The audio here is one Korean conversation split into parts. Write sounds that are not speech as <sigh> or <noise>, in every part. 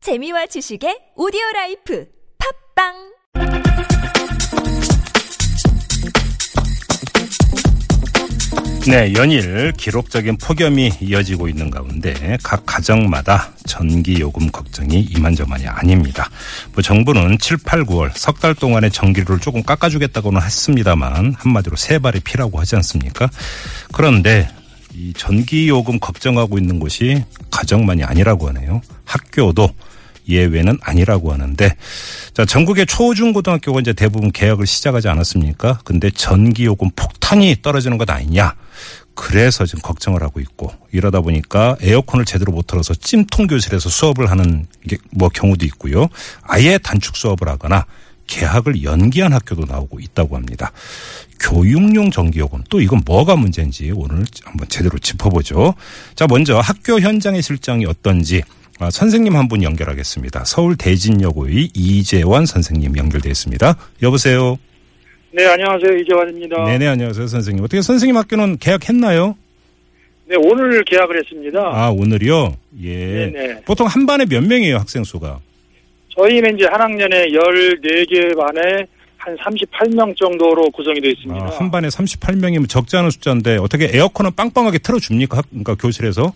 재미와 지식의 오디오 라이프 팝빵 네, 연일 기록적인 폭염이 이어지고 있는 가운데 각 가정마다 전기 요금 걱정이 이만저만이 아닙니다. 뭐 정부는 7, 8, 9월 석 달 동안의 전기료를 조금 깎아주겠다고는 했습니다만 한마디로 세 발이 피라고 하지 않습니까? 그런데 이 전기 요금 걱정하고 있는 곳이 가정만이 아니라고 하네요. 학교도 예외는 아니라고 하는데 자 전국의 초중고등학교가 이제 대부분 개학을 시작하지 않았습니까? 근데 전기요금 폭탄이 떨어지는 것 아니냐? 그래서 지금 걱정을 하고 있고 이러다 보니까 에어컨을 제대로 못 틀어서 찜통 교실에서 수업을 하는 게 뭐 경우도 있고요. 아예 단축 수업을 하거나 개학을 연기한 학교도 나오고 있다고 합니다. 교육용 전기요금 또 이건 뭐가 문제인지 오늘 한번 제대로 짚어보죠. 자 먼저 학교 현장의 실정이 어떤지 아, 선생님 한 분 연결하겠습니다. 서울 대진여고의 이재환 선생님 연결돼 있습니다. 여보세요. 네, 안녕하세요. 이재환입니다. 네네 안녕하세요 선생님. 어떻게 선생님 학교는 계약했나요? 네, 오늘 계약을 했습니다. 아 오늘이요. 예. 네네. 보통 한 반에 몇 명이에요 학생 수가? 아, 저희는 이제 한 학년에 14개 반에 한 38명 정도로 구성이 되어 아, 있습니다. 한 반에 38명이면 적지 않은 숫자인데 어떻게 에어컨은 빵빵하게 틀어줍니까? 학- 그러니까 교실에서?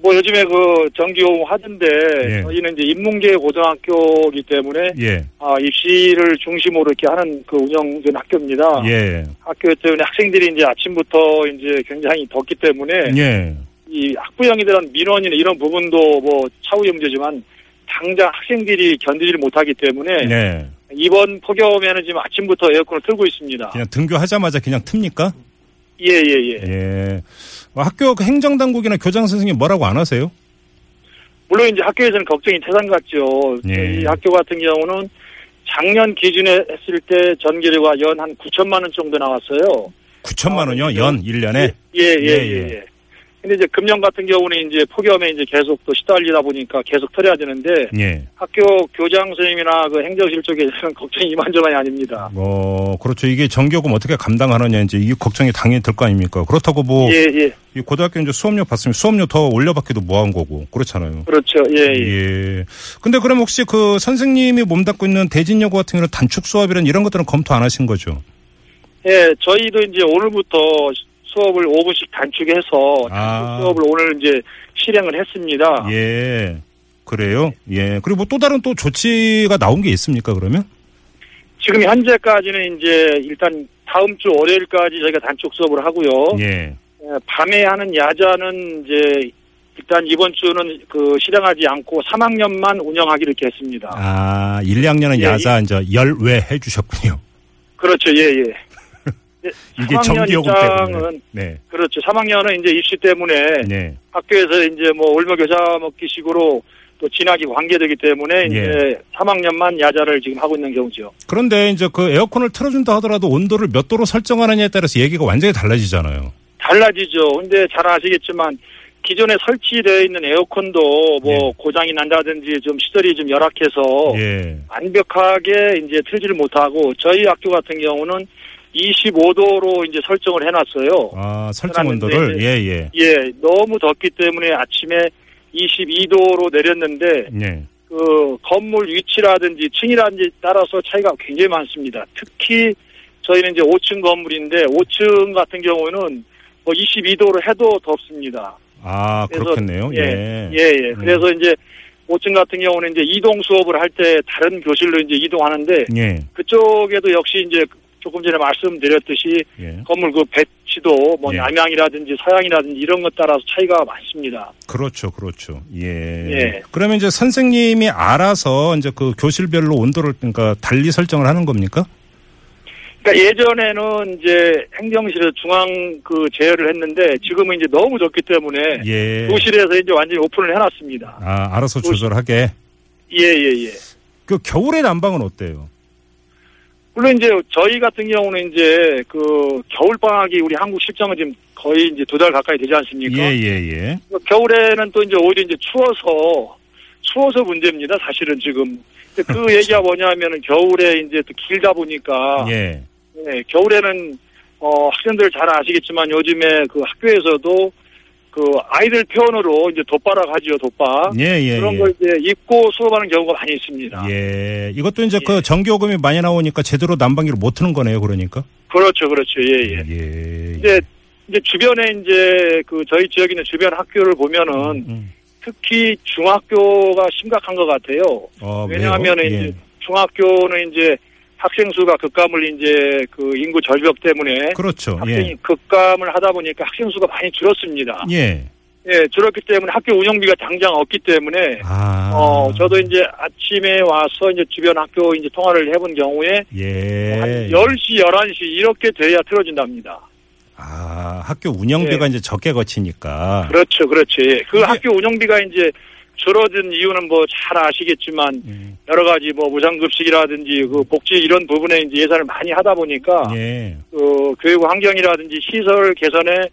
뭐 요즘에 그 전기요금 하던데 예. 저희는 이제 인문계 고등학교이기 때문에 예. 아, 입시를 중심으로 이렇게 하는 그 운영된 학교입니다. 예. 학교 때문에 학생들이 이제 아침부터 이제 굉장히 덥기 때문에 예. 이 학부형에 대한 민원이나 이런 부분도 뭐 차후의 문제지만 당장 학생들이 견디질 못하기 때문에 예. 이번 폭염에는 지금 아침부터 에어컨을 틀고 있습니다. 그냥 등교하자마자 그냥 틉니까? 예, 예, 예. 예. 어, 학교 그 행정당국이나 교장 선생님 뭐라고 안 하세요? 물론 이제 학교에서는 걱정이 태산 같죠. 예. 이 학교 같은 경우는 작년 기준에 했을 때 전기료가 연 한 9천만 원 정도 나왔어요. 9천만 아, 원이요? 그죠? 연 1년에? 예, 예, 예, 예. 예. 예, 근데 이제 금년 같은 경우는 이제 폭염에 이제 계속 또 시달리다 보니까 계속 틀어야 되는데 예. 학교 학교 교장 선생님이나 그 행정실 쪽에서는 <laughs> 걱정이 이만저만이 아닙니다. 어, 그렇죠. 이게 전교금 어떻게 감당하느냐 이제 이 걱정이 당연히 될 거 아닙니까? 그렇다고 뭐 이 예, 예. 고등학교 이제 수업료 받으면 수업료 더 올려받기도 뭐한 거고 그렇잖아요. 그렇죠. 예, 예. 예. 근데 그럼 혹시 그 선생님이 몸담고 있는 대진여고 같은 경우는 단축 수업이란 이런 것들은 검토 안 하신 거죠? 예, 저희도 이제 오늘부터 수업을 5분씩 단축해서 아. 수업을 오늘 이제 실행을 했습니다. 예. 그래요? 예. 그리고 또 다른 또 조치가 나온 게 있습니까, 그러면? 지금 현재까지는 이제 일단 다음 주 월요일까지 저희가 단축 수업을 하고요. 예. 예, 밤에 하는 야자는 이제 일단 이번 주는 그 실행하지 않고 3학년만 운영하기로 이렇게 했습니다. 아, 1, 2학년은 예, 야자 이제 열외 해 주셨군요. 그렇죠. 예, <laughs> 예. 예, 이게 3학년 정기요금 때문에. 입장은 네. 그렇죠. 3학년은 이제 입시 때문에 네. 학교에서 이제 뭐 올며 교사 먹기식으로 또 진학이 관계되기 예. 때문에 이제 3학년만 야자를 지금 하고 있는 경우죠. 그런데 이제 그 에어컨을 틀어준다 하더라도 온도를 몇 도로 설정하느냐에 따라서 얘기가 완전히 달라지잖아요. 달라지죠. 근데 잘 아시겠지만 기존에 설치되어 있는 에어컨도 뭐 예. 고장이 난다든지 좀 시설이 좀 열악해서 예. 완벽하게 이제 틀지를 못하고 저희 학교 같은 경우는 25도로 이제 설정을 해놨어요. 아, 설정 그러는데 온도를 예, 예. 예, 너무 덥기 때문에 아침에 22도로 내렸는데 예. 그 건물 위치라든지 층이라든지 따라서 차이가 굉장히 많습니다. 특히 저희는 이제 5층 건물인데 5층 같은 경우는 뭐 22도로 해도 덥습니다. 아, 그래서- 그렇겠네요. 예, 예. 그래서 이제 5층 같은 경우는 이제 이동 수업을 할 때 다른 교실로 이제 이동하는데 예. 그쪽에도 역시 이제 조금 전에 말씀드렸듯이 예. 건물 그 배치도 뭐 예. 남양이라든지 서양이라든지 이런 것 따라서 차이가 많습니다. 그렇죠, 그렇죠. 예. 예. 그러면 이제 선생님이 알아서 이제 그 교실별로 온도를 그러니까 달리 설정을 하는 겁니까? 그러니까 예전에는 이제 행정실에서 중앙 그 제어를 했는데 지금은 이제 너무 덥기 때문에 예. 네. 교실에서 이제 완전히 오픈을 해놨습니다. 아, 알아서 도시- 조절하게. 예, 예, 예. 그 겨울의 난방은 어때요? 물론 이제 저희 같은 경우는 이제 그 겨울방학이 우리 한국 실정은 지금 거의 이제 두 달 가까이 되지 않습니까? 예, 예, 예. 겨울에는 또 이제 오히려 이제 추워서 추워서 문제입니다. 사실은 지금 근데 <laughs> 그 얘기가 뭐냐면은 겨울에 이제 또 길다 보니까 그렇죠. 예. 네, 예, 겨울에는 어, 학생들 잘 아시겠지만 요즘에 그 학교에서도 그 아이들 표현으로 이제 돗바라 가지요, 돗바. 예, 예. 아? 그런 예. 걸 이제 입고 수업하는 경우가 많이 있습니다. 예. 이것도 이제 예. 그 전기요금이 많이 나오니까 제대로 난방기를 못 트는 거네요, 그러니까. 그렇죠, 그렇죠. 예, 예. 예. 이제 이제 주변에 이제 그 저희 지역에 있는 주변 학교를 보면은 음. 특히 중학교가 심각한 것 같아요. 어, 왜냐하면 왜요? 이제 중학교는 이제 학생 수가 급감을 이제 그 인구 절벽 때문에 그렇죠. 학생이 예. 급감을 하다 보니까 학생 수가 많이 줄었습니다. 예. 예, 줄었기 때문에 학교 운영비가 당장 없기 때문에 아. 어 저도 이제 아침에 와서 이제 주변 학교 이제 통화를 해본 경우에 예. 한 10시, 11시 이렇게 돼야 틀어진답니다. 아, 학교 운영비가 예. 이제 적게 거치니까. 그렇죠, 그렇죠. 예. 그 이게- 학교 운영비가 이제 줄어든 이유는 뭐 잘 아시겠지만 음. 여러 가지 뭐 무상급식이라든지 그 복지 이런 부분에 이제 예산을 많이 하다 보니까 예. 그 교육 환경이라든지 시설 개선에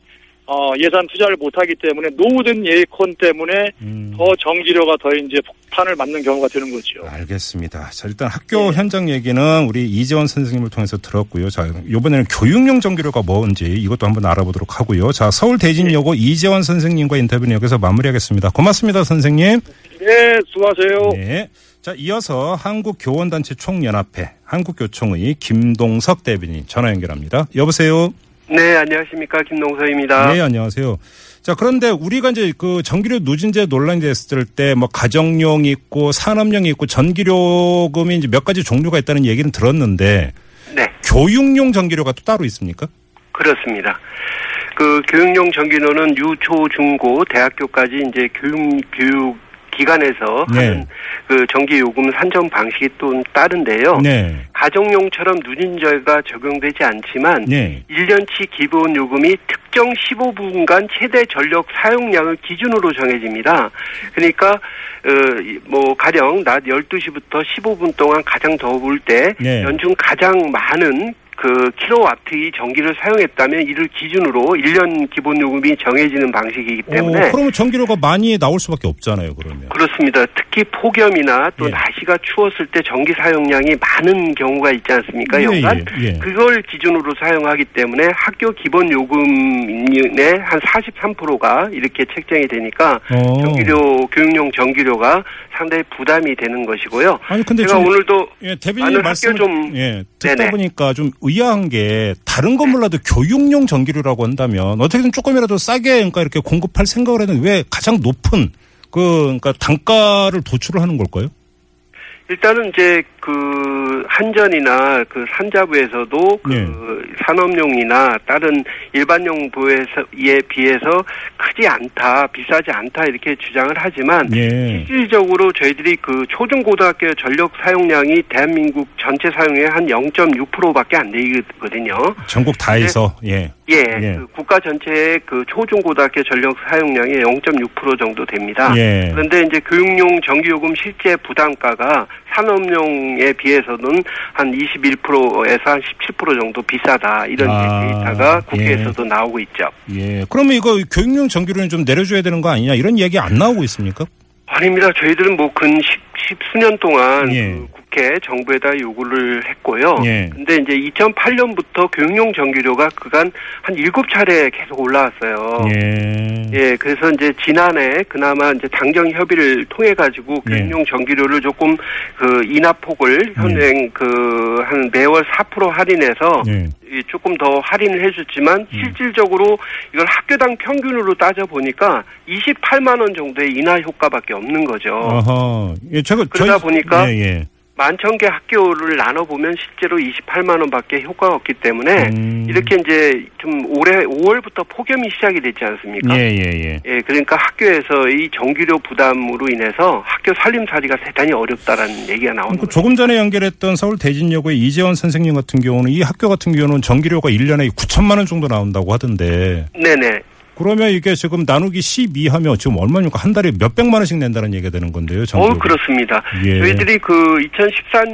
어, 예산 투자를 못하기 때문에 노후된 예컨 때문에 음. 더 정지료가 더 이제 폭탄을 맞는 경우가 되는 아. 거죠. 알겠습니다. 자, 일단 예. 학교 현장 얘기는 우리 이재원 선생님을 통해서 들었고요. 자, 요번에는 교육용 전기료가 뭔지 이것도 한번 알아보도록 하고요. 자, 서울 대진여고 예. 이재원 선생님과 인터뷰는 여기서 마무리하겠습니다. 고맙습니다, 선생님. 네, 수고하세요. 네. 자, 이어서 한국교원단체 총연합회 한국교총의 김동석 대변인 전화 연결합니다. 여보세요. 네, 안녕하십니까. 김동서입니다. 네, 안녕하세요. 자, 그런데 우리가 이제 그 전기료 누진제 논란이 됐을 때 뭐 가정용이 있고 산업용이 있고 전기료금이 이제 몇 가지 종류가 있다는 얘기는 들었는데 네, 교육용 전기료가 또 따로 있습니까? 그렇습니다. 그 교육용 전기료는 유초, 중고, 대학교까지 이제 교육, 교육 기관에서 네. 하는 그 전기 요금 산정 방식이 또 다른데요. 네. 가정용처럼 누진제가 적용되지 않지만 네. 1년치 기본 요금이 특정 15분간 최대 전력 사용량을 기준으로 정해집니다. 그러니까 어, 이, 뭐 가령 낮 12시부터 15분 동안 가장 더울 때 네. 연중 가장 많은 그 킬로와트의 전기를 사용했다면 이를 기준으로 1년 기본 요금이 정해지는 방식이기 때문에 어, 그러면 전기료가 많이 나올 수밖에 없잖아요, 그러면. 그렇습니다. 특히 폭염이나 또 예. 날씨가 추웠을 때 전기 사용량이 많은 경우가 있지 않습니까? 예, 연간 예, 예. 그걸 기준으로 사용하기 때문에 학교 기본 요금의 한 43%가 이렇게 책정이 되니까 어. 전기료 교육용 전기료가 상당히 부담이 되는 것이고요. 아니 근데 제가 좀 오늘도 예, 많은 대변인 학교 말씀 좀- 예, 듣다 네네. 네. 보니까 좀 의아한 게 다른 건 몰라도 교육용 전기료라고 한다면 어떻게든 조금이라도 싸게 그러니까 이렇게 공급할 생각을 했는데 왜 가장 높은 그 그러니까 단가를 도출을 하는 걸까요? 일단은 이제 그 한전이나 그 산자부에서도 그 네. 산업용이나 다른 일반용 부에서에 비해서 크지 않다, 비싸지 않다 이렇게 주장을 하지만 예. 실질적으로 저희들이 그 초중고등학교 전력 사용량이 대한민국 전체 사용량의 한 0.6%밖에 안 되거든요. 전국 다해서 예. 예, 예. 그 국가 전체의 그 초중고등학교 전력 사용량이 0.6% 정도 됩니다. 예. 아, 그런데 이제 교육용 전기요금 실제 부담가가 산업용에 비해서는 한 21%에서 한 17% 정도 비싸다 이런 이제 아, 데이터가 예. 국회에서도 나오고 있죠. 예. 그러면 이거 교육용 전기료는 좀 내려줘야 되는 거 아니냐 이런 얘기 안 나오고 있습니까? 아닙니다. 저희들은 뭐 근 10, 수년 동안 예. 그 국회 정부에다 요구를 했고요. 예. 근데 이제 2008년부터 교육용 전기료가 그간 한 7차례 계속 올라왔어요. 예. 예, 그래서 이제 지난해 그나마 이제 당정 협의를 통해 가지고 예. 교육용 전기료를 조금 그 인하폭을 현행 그 한 매월 4% 할인해서 예. 이 조금 더 할인을 해줬지만 실질적으로 이걸 학교당 평균으로 따져 보니까 28만 원 정도의 인하 효과밖에 없는 거죠. 아하. 예, 제가 어. 그러다 보니까 예, 예. 만천 개 학교를 나눠 보면 실제로 28만 원밖에 효과가 없기 때문에 음. 이렇게 이제 좀 올해 5월부터 폭염이 시작이 되지 않습니까? 예, 예, 예. 예, 그러니까 학교에서 이 전기료 부담으로 인해서 학교 살림살이가 대단히 어렵다라는 얘기가 나오는 그 거죠. 조금 전에 연결했던 서울 대진여고의 이재원 선생님 같은 경우는 이 학교 같은 경우는 전기료가 1년에 9천만 원 정도 나온다고 하던데 네네. 어, 그러면 이게 지금 나누기 12 하면 지금 얼마입니까? 한 달에 몇백만 원씩 낸다는 얘기가 되는 건데요. 어, 전기료. 그렇습니다. 예. 저희들이 그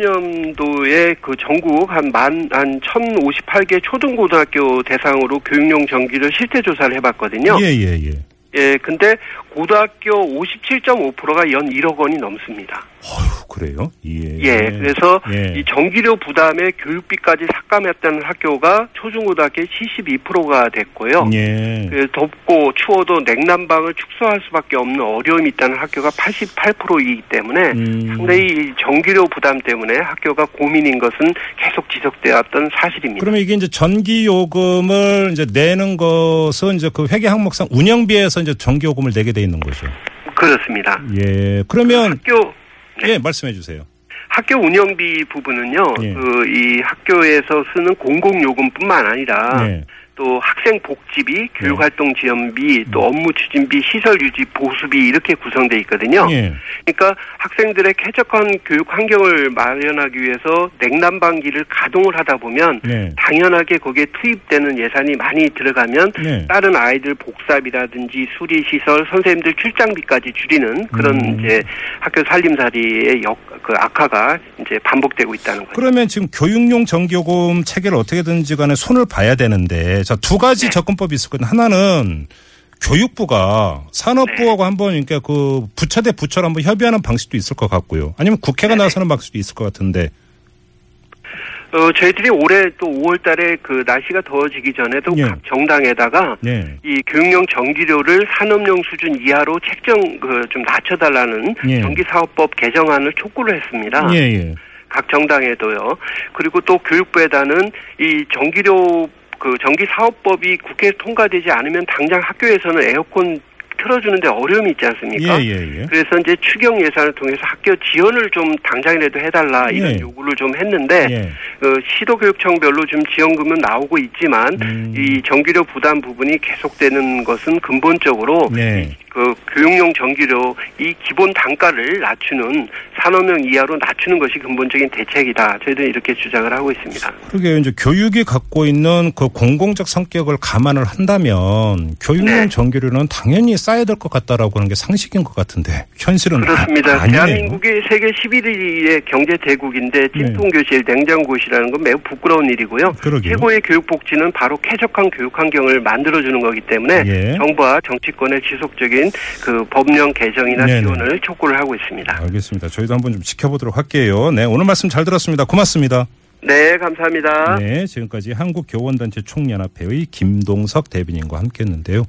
2014년도에 그 전국 한 만, 한 1058개 초등고등학교 대상으로 교육용 전기료 실태 조사를 해봤거든요. 예, 예, 예. 예, 근데 고등학교 57.5%가 연 1억 원이 넘습니다. 어휴, 그래요? 예. 예, 그래서 예. 이 전기료 부담에 교육비까지 삭감했다는 학교가 초중고등학교 72%가 됐고요. 예. 그 덥고 추워도 냉난방을 축소할 수밖에 없는 어려움이 있다는 학교가 88%이기 때문에 음. 상당히 이 전기료 부담 때문에 학교가 고민인 것은 계속 지적되었던 사실입니다. 그러면 이게 이제 전기 요금을 이제 내는 것은 이제 그 회계 항목상 운영비에서 이제 전기 요금을 내게 돼 있는 거죠. 그렇습니다. 예. 그러면 학교 네. 예, 말씀해 주세요. 학교 운영비 부분은요, 예. 그 이 학교에서 쓰는 공공요금뿐만 아니라 예. 또 학생 복지비, 교육활동 지원비, 음. 또 업무 추진비, 시설 유지 보수비 이렇게 구성돼 있거든요. 예. 그러니까 학생들의 쾌적한 교육 환경을 마련하기 위해서 냉난방기를 가동을 하다 보면 네. 당연하게 거기에 투입되는 예산이 많이 들어가면 네. 다른 아이들 복사비라든지 수리 시설, 선생님들 출장비까지 줄이는 그런 음. 이제 학교 살림살이의 역, 그 악화가 이제 반복되고 있다는 거죠. 그러면 지금 교육용 전기요금 체계를 어떻게든지 간에 손을 봐야 되는데 자, 두 가지 네. 접근법이 있을 거예요. 하나는 교육부가 네. 산업부하고 한번 그러니까 그 부처 대 부처로 한번 협의하는 방식도 있을 것 같고요. 아니면 국회가 네. 나서는 방식도 있을 것 같은데 어, 저희들이 올해 또 5월 달에 그 날씨가 더워지기 전에도 예. 각 정당에다가 네. 이 교육용 전기료를 산업용 수준 이하로 책정 그 좀 낮춰달라는 예. 전기사업법 개정안을 촉구를 했습니다. 예, 예. 각 정당에도요. 그리고 또 교육부에다는 이 전기료 그 전기사업법이 국회에서 통과되지 않으면 당장 학교에서는 에어컨 틀어주는데 어려움이 있지 예, 않습니까? 예, 예. 그래서 이제 추경 예산을 통해서 학교 지원을 좀 당장이라도 해달라 이런 예. 요구를 좀 했는데 예. 어, 시도교육청별로 지금 지원금은 나오고 있지만 음. 이 전기료 부담 부분이 계속되는 것은 근본적으로 네. 그 교육용 전기료 이 기본 단가를 낮추는 산업용 이하로 낮추는 것이 근본적인 대책이다. 저희들은 이렇게 주장을 하고 있습니다. 그러게 이제 교육이 갖고 있는 그 공공적 성격을 감안을 한다면 교육용 네. 전교류는 당연히 쌓여야 될 것 같다라고 하는 게 상식인 것 같은데 현실은 그렇습니다. 아, 니네요 네. 대한민국이 세계 11위의 경제 대국인데 찜통교실, 냉장고실이라는 건 매우 부끄러운 일이고요. 그러게요. 최고의 교육 복지는 바로 쾌적한 교육 환경을 만들어주는 거기 때문에 예. 정부와 정치권의 지속적인 그 법령 개정이나 네네. 지원을 촉구를 하고 있습니다. 알겠습니다. 저희도 한번 좀 지켜보도록 할게요. 네, 오늘 말씀 잘 들었습니다. 고맙습니다. 네, 감사합니다. 네, 지금까지 한국교원단체 총연합회의 김동석 대변인과 함께했는데요.